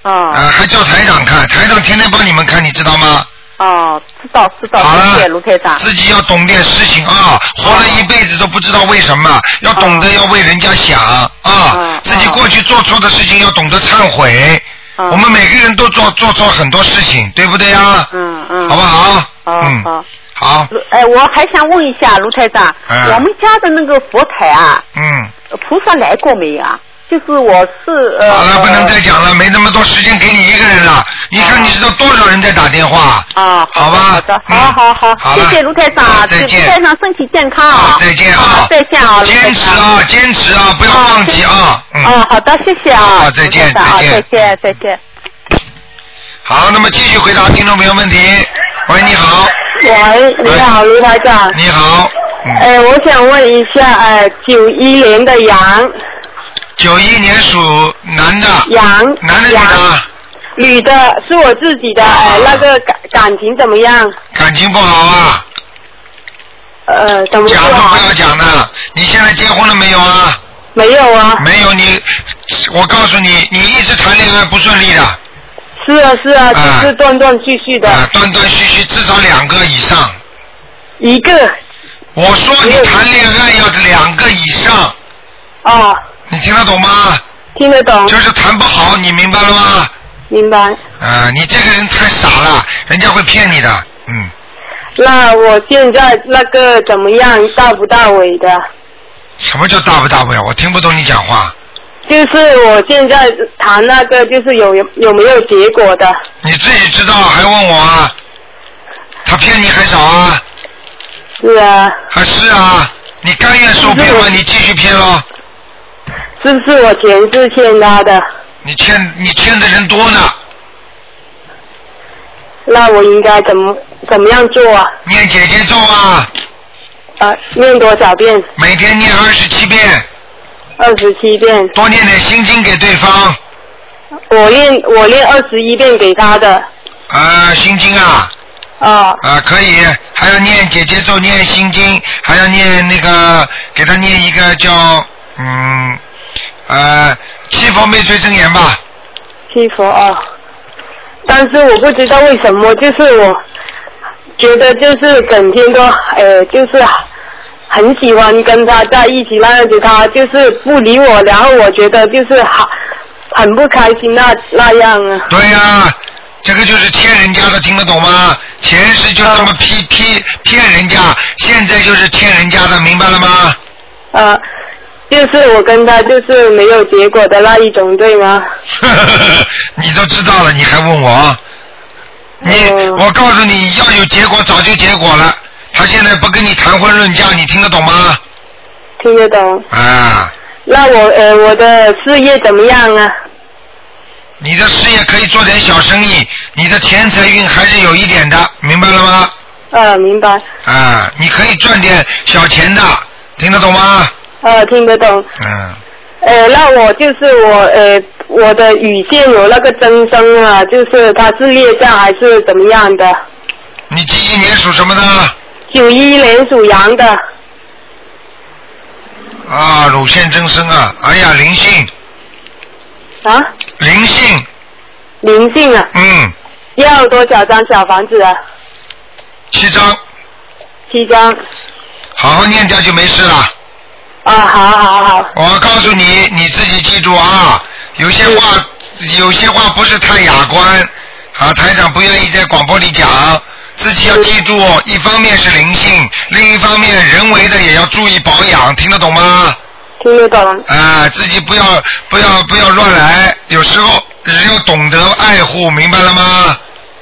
啊、啊还叫台长看，台长天天帮你们看，你知道吗？哦，知道知道，好了谢谢卢台长。自己要懂点事情啊，活了一辈子都不知道为什么，要懂得要为人家想啊嗯，自己过去做错的事情要懂得忏悔，嗯我们每个人都做做错很多事情，对不对啊？嗯嗯，好不好？哦嗯，好。好，卢哎，我还想问一下卢台长，嗯我们家的那个佛台啊，嗯。菩萨来过没有啊？就是我是呃，好了，不能再讲了，没那么多时间给你一个人了。你看，哦你知道多少人在打电话？啊，好吧好的，嗯好好好，好了谢谢卢台长，好祝再见卢台长身体健康啊好，，再见啊！再见啊，卢台坚长持啊，坚持啊，不要忘记啊！嗯，哦，好的，谢谢啊，好再见卢台长啊再见再见，再见。好，那么继续回答听众朋友问题。喂，你啊好，喂，你好，卢台长。你好，嗯，呃哎，我想问一下，呃，九一年的羊，九一年属男的，羊，男的啊女羊，的，女的，是我自己的，哎，那个感感情怎么样？感情不好啊，呃，怎么讲不都不好？要讲的。你现在结婚了没有啊？没有啊， 没有你，我告诉你，你一直谈恋爱不顺利的，啊、是啊是啊，啊就是断断续续的，断断续续至少两个以上。一个，我说你谈恋爱要两个以上，哦，你听得懂吗？听得懂，就是谈不好，你明白了吗？明白。啊，你这个人太傻了，人家会骗你的。嗯，那我现在那个怎么样？到不到位的？什么叫大不大不了？我听不懂你讲话。就是我现在谈那个，就是有有没有结果的？你自己知道还问我啊？他骗你还少啊？是啊。还是啊？你甘愿受骗吗？你继续骗喽。是不是我前世欠他的？你欠你欠的人多呢，那我应该怎么怎么样做啊？念姐姐咒啊，呃，念多少遍？每天念二十七遍，二十七遍。多念点心经给对方。我念我念二十一遍给他的。啊，心经啊，啊、啊，可以，还要念姐姐咒，念心经，还要念那个，给他念一个叫嗯，呃，七佛灭罪真言吧。七佛啊。但是我不知道为什么，就是我觉得就是整天都呃，就是很喜欢跟他在一起那样子，他就是不理我，然后我觉得就是很很不开心那那样啊。对呀、这个就是欠人家的，听得懂吗？前世就这么批批骗人家，现在就是欠人家的，明白了吗？呃，就是我跟他就是没有结果的那一种，对吗？ 你都知道了，你还问我？你，嗯我告诉你，要有结果早就结果了。他现在不跟你谈婚论嫁，你听得懂吗？听得懂？啊，那我呃我的事业怎么样啊？你的事业可以做点小生意，你的钱财运还是有一点的，明白了吗？呃，明白，啊，你可以赚点小钱的，听得懂吗？呃，听得懂。嗯，呃，那我就是我呃我的乳腺有那个增生啊，就是它是裂障还是怎么样的？你几几年属什么的？九一年属羊的，啊，乳腺增生啊，哎呀，灵性，啊，灵性，灵性啊，嗯，要多少张小房子啊？七张，七张。好好念掉就没事了。啊，好好好，我告诉你，你自己记住啊，有些话有些话不是太雅观啊，台长不愿意在广播里讲，自己要记住，哦一方面是灵性，另一方面人为的也要注意保养，听得懂吗？听得懂。啊，自己不要不要不要乱来，有时候人要懂得爱护，明白了吗？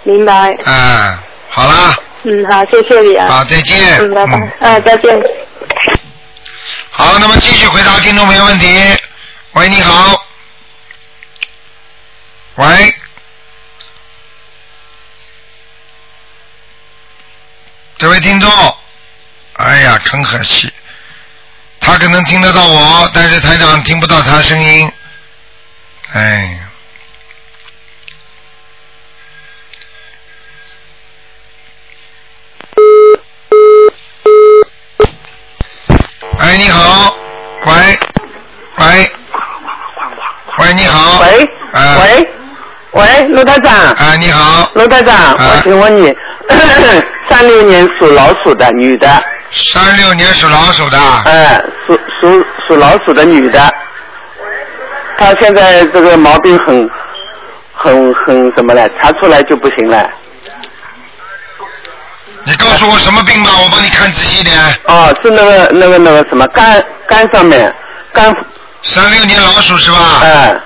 明白，啊，好啦，嗯，好，谢谢你啊，好，再见，嗯，拜拜嗯，啊，再见。好好，那么继续回答听众朋友问题。喂，你好。喂。这位听众，哎呀，很可惜，他可能听得到我，但是台长听不到他声音。哎。哎，你好，喂，喂，喂，你好，喂，哎啊喂，喂，卢台长，哎，你好，卢台啊长，我请问 你，三六年属老鼠的女的，三六年属老鼠的，哎，属属属老鼠的女的，她现在这个毛病很很很什么了，查出来就不行了。你告诉我什么病吧，我帮你看仔细一点。哦，是那个那个那个什么肝肝上面肝，三六年老鼠是吧？哎、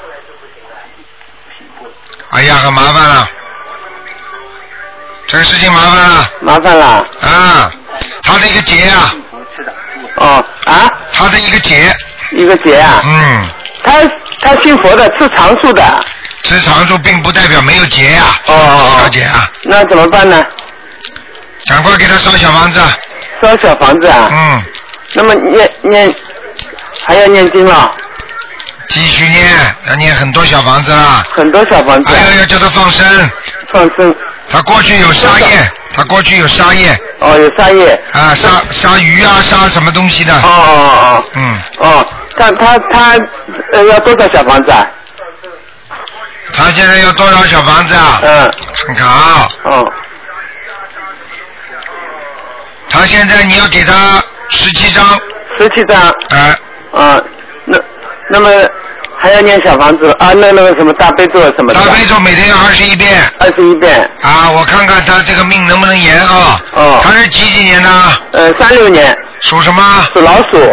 哎呀，很麻烦了，这个事情麻烦了麻烦了。啊！他的一个结啊，哦啊，他的一个结，一个结啊，嗯，她她信佛的，吃长素的，吃长寿并不代表没有结呀、啊，哦哦小哦，姐啊，那怎么办呢？赶快给他烧小房子，啊烧小房子啊，嗯，那么念念还要念经了，继续念，要念很多小房子啦，很多小房子啊还有要叫他放生，放生，他过去有沙业，他过去有沙业哦，有沙叶，啊，杀杀鱼啊，杀什么东西哦的，哦哦嗯，哦，哦，他他他呃要多少小房子啊？他现在要多少小房子啊？嗯，看看啊，哦，他现在你要给他十七张，十七张，哎、啊，那那么还要念小房子啊？那那个什么大悲咒什么的，大悲咒每天要二十一遍二十一遍，啊，我看看他这个命能不能延啊？哦他是几几年的？啊呃，三六年属什么？属老鼠，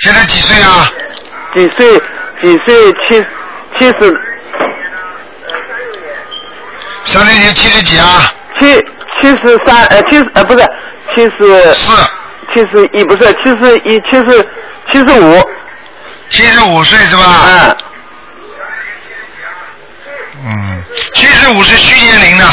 现在几岁啊？几岁？几岁？七七十三六年七十几啊？七七十三呃七十呃不是七十四，七十一不是七十一七十七十五七十五岁是吧？啊嗯，七十五是虚年龄的，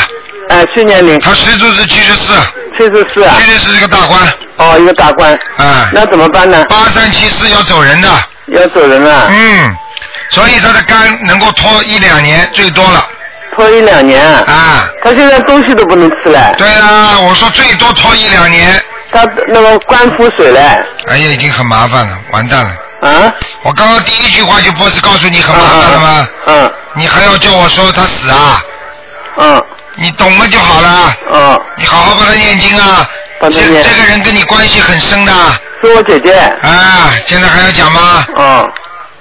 呃去年龄他实质是七十四，七十四啊七十四是个大官，哦一个大官哎、那怎么办呢？八三七四要走人的，要走人啊了，嗯，所以他的肝能够拖一两年最多了拖一两年啊，啊。他现在东西都不能吃了，对啦，我说最多拖一两年，他那个官夫水了哎呀，已经很麻烦了，完蛋了。啊我刚刚第一句话就不是告诉你很麻烦了吗？嗯你还要叫我说他死啊？嗯你懂了就好了，嗯，你好好帮他念经啊。帮他这念这个人跟你关系很深的是我姐姐啊，现在还要讲吗？哦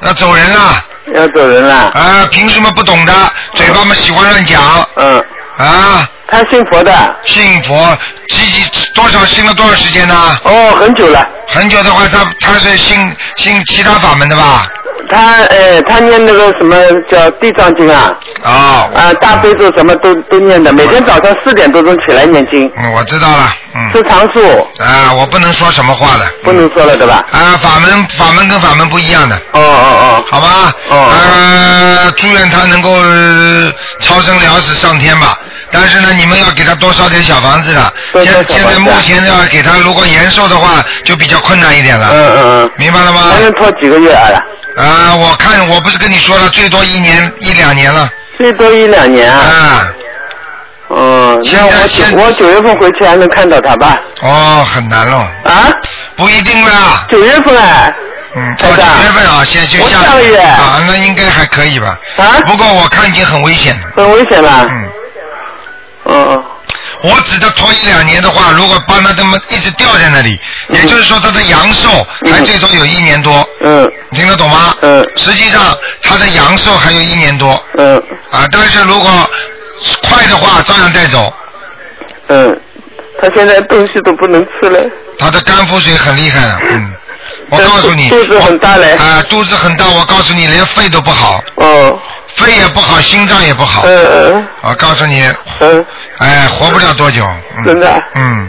要走人了要走人了啊！凭什么不懂的？嘴巴嘛喜欢乱讲嗯，啊！他信佛的信佛几几多少信了多少时间呢？哦很久了。很久的话，他他是信信其他法门的吧？他呃，他念那个什么叫地藏经啊，啊、我啊、大悲咒什么都都念的，每天早上四点多钟起来念经，嗯，我知道了，嗯。吃长素，啊，我不能说什么话的。嗯不能说了对吧？啊，法门法门跟法门不一样的，哦哦好吧？哦呃，祝愿他能够呃超生了死上天吧。但是呢，你们要给他多烧点小房子的。多现烧在小现在房目子啊前要给他，如果延寿的话，就比较困难一点哦，了。嗯嗯明白了嗯，还能吗？拖几个月啊？啊，我看我不是跟你说了，最多一年一两年了。最多一两年啊。啊，嗯，现那在我现九我九月份回去还能看到他吧？哦，很难了，啊，不一定啦。九月份啊？嗯，到台九长月份啊，先就我下下个月啊，那应该还可以吧。啊，不过我看已经很危险了。很危险啦。嗯，嗯我指的拖一两年的话，如果帮他这么一直吊在那里，嗯也就是说他的阳寿还最多有一年多，嗯听得懂吗？嗯实际上他的阳寿还有一年多嗯啊，但是如果快的话，照样带走。嗯，他现在东西都不能吃了。他的肝腹水很厉害的，嗯，我告诉你，肚肚子很大嘞我啊、肚子很大，我告诉你，连肺都不好，哦，肺也不好，心脏也不好。嗯嗯我告诉你，嗯，哎，活不了多久。嗯、真的啊嗯，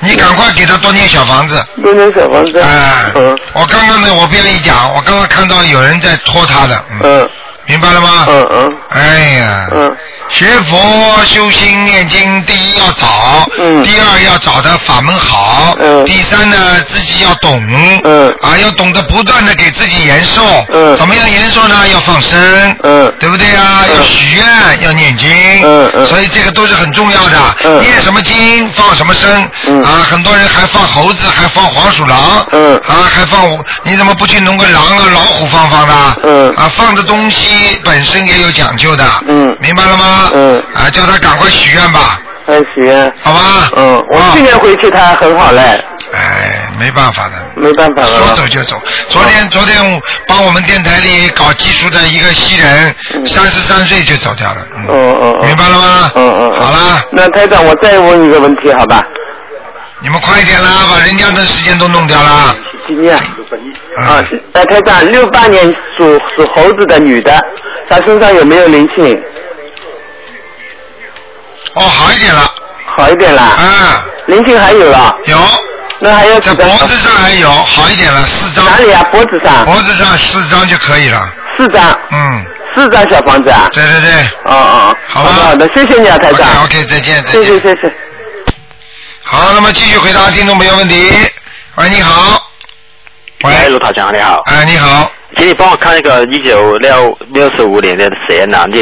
你赶快给他多念小房子。多念小房子。哎、嗯我刚刚呢，我不愿意讲，我刚刚看到有人在拖他的，嗯嗯明白了吗？嗯嗯哎呀，嗯学佛修心念经，第一要早，嗯第二要找的法门好，嗯第三呢自己要懂，嗯啊要懂得不断的给自己延寿，嗯怎么样延寿呢？要放生，嗯对不对啊？嗯要许愿，要念经，嗯嗯所以这个都是很重要的。嗯念什么经，放什么生，嗯啊，很多人还放猴子，还放黄鼠狼，嗯啊，还放我，你怎么不去弄个狼啊、老虎放放呢？嗯啊，放的东西本身也有讲究的。嗯明白了吗？嗯啊，叫他赶快许愿吧，哎行，好吧？嗯，我啊去年回去他很好嘞，哎，没办法的。没办法说了啊走。就走。昨天昨天帮我们电台里搞技术的一个西人，三十三岁就走掉了。嗯嗯嗯明嗯。白了吗？嗯嗯嗯好啦，那台长，我再问一个问题，好吧？你们快一点啦，把人家的时间都弄掉啦。今年啊啊，，那台长，六八年属属猴子的女的，她身上有没有灵性？哦，好一点了。好一点啦，啊，灵性还有了，有，那还有在几脖张？子上还有，好一点了，四张。哪里啊？脖子上脖子上四张就可以了。四张，嗯，四张小房子啊？对对对。哦哦，好吧的好的，谢谢你啊，台 OK 长， OK，再见再谢见。谢谢谢。好，那么继续回答听众朋友问题。喂，你好。喂，喂哎卢。台长你好，哎，你好。请你帮我看一个一九六六十五年的蛇男的，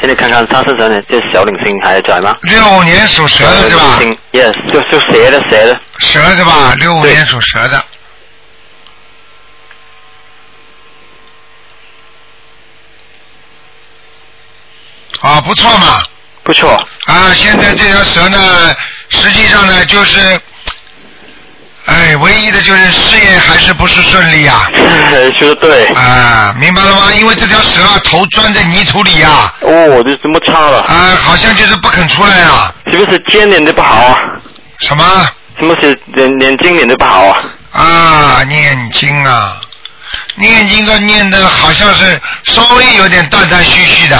请你看看他身上的这小领星还在吗？六五年属蛇的是吧？领星，yes，就嗯就蛇的蛇的，蛇是吧？六五对年属蛇的。啊，不错嘛。不错， 啊，现在这条蛇呢，实际上呢就是，哎，唯一的就是事业还是不是顺利啊。说的对，啊，明白了吗？因为这条蛇啊，头钻在泥土里啊，哦，这这么差了，啊，好像就是不肯出来啊。是不是尖脸的不好啊？什么是不是眼眼睛脸的不好啊？啊？念经啊，念经啊，念的好像是稍微有点断断续续的，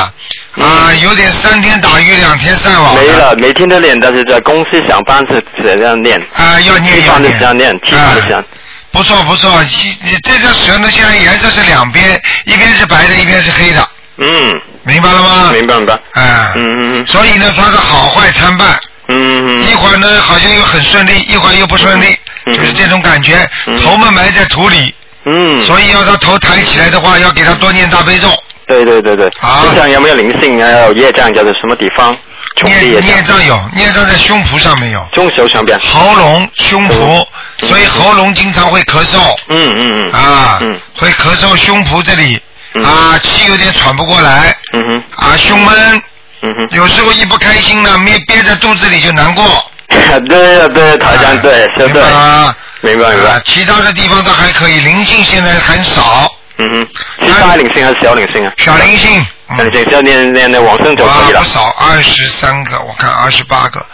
啊，有点三天打鱼两天晒网的嗯没了，每天都练，但是在公司上班是这样练，啊，要吃念要饭的时候练，吃饭的时啊候，不错不错，其你这条蛇呢，现在颜色是两边，一边是白的，一边是黑的，嗯，明白了吗？明白明白，啊，嗯嗯嗯所以呢，它是好坏参半，嗯一嗯，会儿呢好像又很顺利，一会儿又不顺利，嗯就是这种感觉，嗯头们埋在土里，嗯，所以要他头抬起来的话，要给他多念大悲咒，对对对对，好身上有没有灵性？还有业障，叫做什么地方？重的业念念障，障有，念障在胸脯上面有，中手上边。喉咙、胸脯，嗯所以喉咙经常会咳嗽嗯嗯嗯。啊嗯，会咳嗽胸脯这里嗯啊，气有点喘不过来嗯哼，啊，胸闷，嗯哼。有时候一不开心呢，憋憋在肚子里就难过， 啊对对对，台长对，说明哎白对，吗？明白明啊白。，其他的地方倒还可以，灵性现在很少，嗯哼，是大灵性还是小灵性啊？小灵性，嗯小灵性只要念念那往生咒哇可以，了不。少，二十三个，我看二十八个，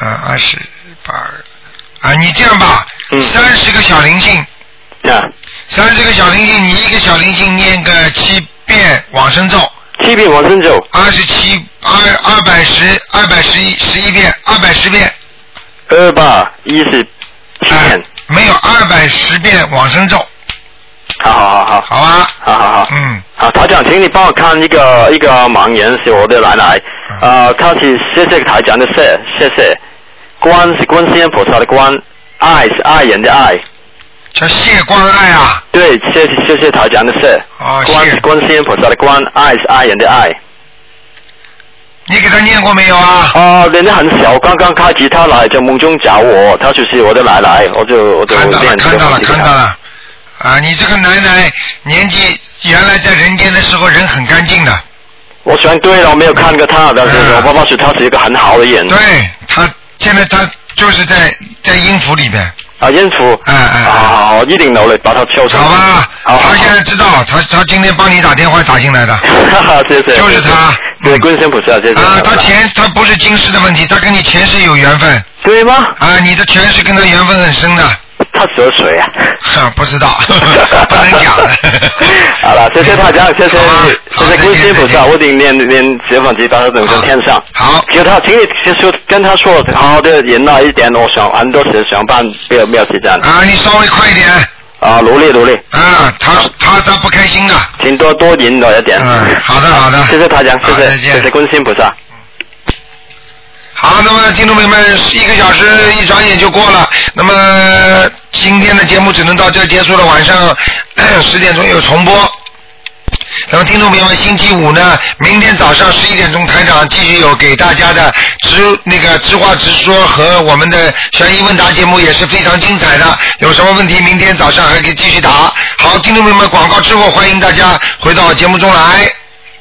嗯，二十八个，啊，你这样吧，嗯三十个小灵性，啊，三十个小灵性，你一个小灵性念个七遍往生咒，七遍往生咒，二十七二二百十二百十一十一遍，二百十遍，二八一十七哎遍。，没有二百十遍往生咒，好好好好，哎好吧？好好好。嗯，好，台长，请你帮我看一个一个盲人是我的奶奶，嗯呃，她是谢谢台长的谢，谢谢。观是观世音菩萨的观，爱是爱人的爱，叫谢光爱啊，对，谢谢谢谢台长的谢。哦观谢是观世音菩萨的观，爱是爱人的爱。你给他念过没有啊？哦、人家很小，刚刚开吉他来，就梦中找我，她就是我的奶奶，我就我就看到了，念这看个到了，给她看到。了。啊，你这个奶奶年纪原来在人间的时候人很干净的，我选对了，我没有看过她，但是嗯我爸爸说她是一个很好的人。对她现在她就是在在音符里面，啊，音符。哎哎好好好，我一定努力把她救出来。好吧？好好她现在知道，她她今天帮你打电话打进来的。哈哈， 谢谢。就是他嗯对，观世音菩萨，谢谢。啊，她前她不是今世的问题，她跟你前世有缘分对吗？啊，你的前世跟她缘分很深的，他蛇谁啊？ 不知道， 不能讲。 好了，谢谢大家，谢谢谢谢观世音菩萨，我顶念念解放机，把它等成天上。好，给哦他，请你其实跟他说，好好的忍耐一点，我想很多事想办，没有没有时间。啊，你稍微快一点。啊，努力努力。啊，他他他不开心的。请多多忍耐一点。嗯，好的好的。哎谢谢大家，好谢再谢见谢谢观世音菩萨。好，那么听众朋友们，一个小时一转眼就过了。那么今天的节目只能到这儿结束了，晚上 十点钟有重播。那么听众朋友们，星期五呢，明天早上十一点钟，台长继续有给大家的直那个直话直说和我们的悬疑问答节目也是非常精彩的。有什么问题，明天早上还可以继续答。好，听众朋友们，广告之后欢迎大家回到节目中来。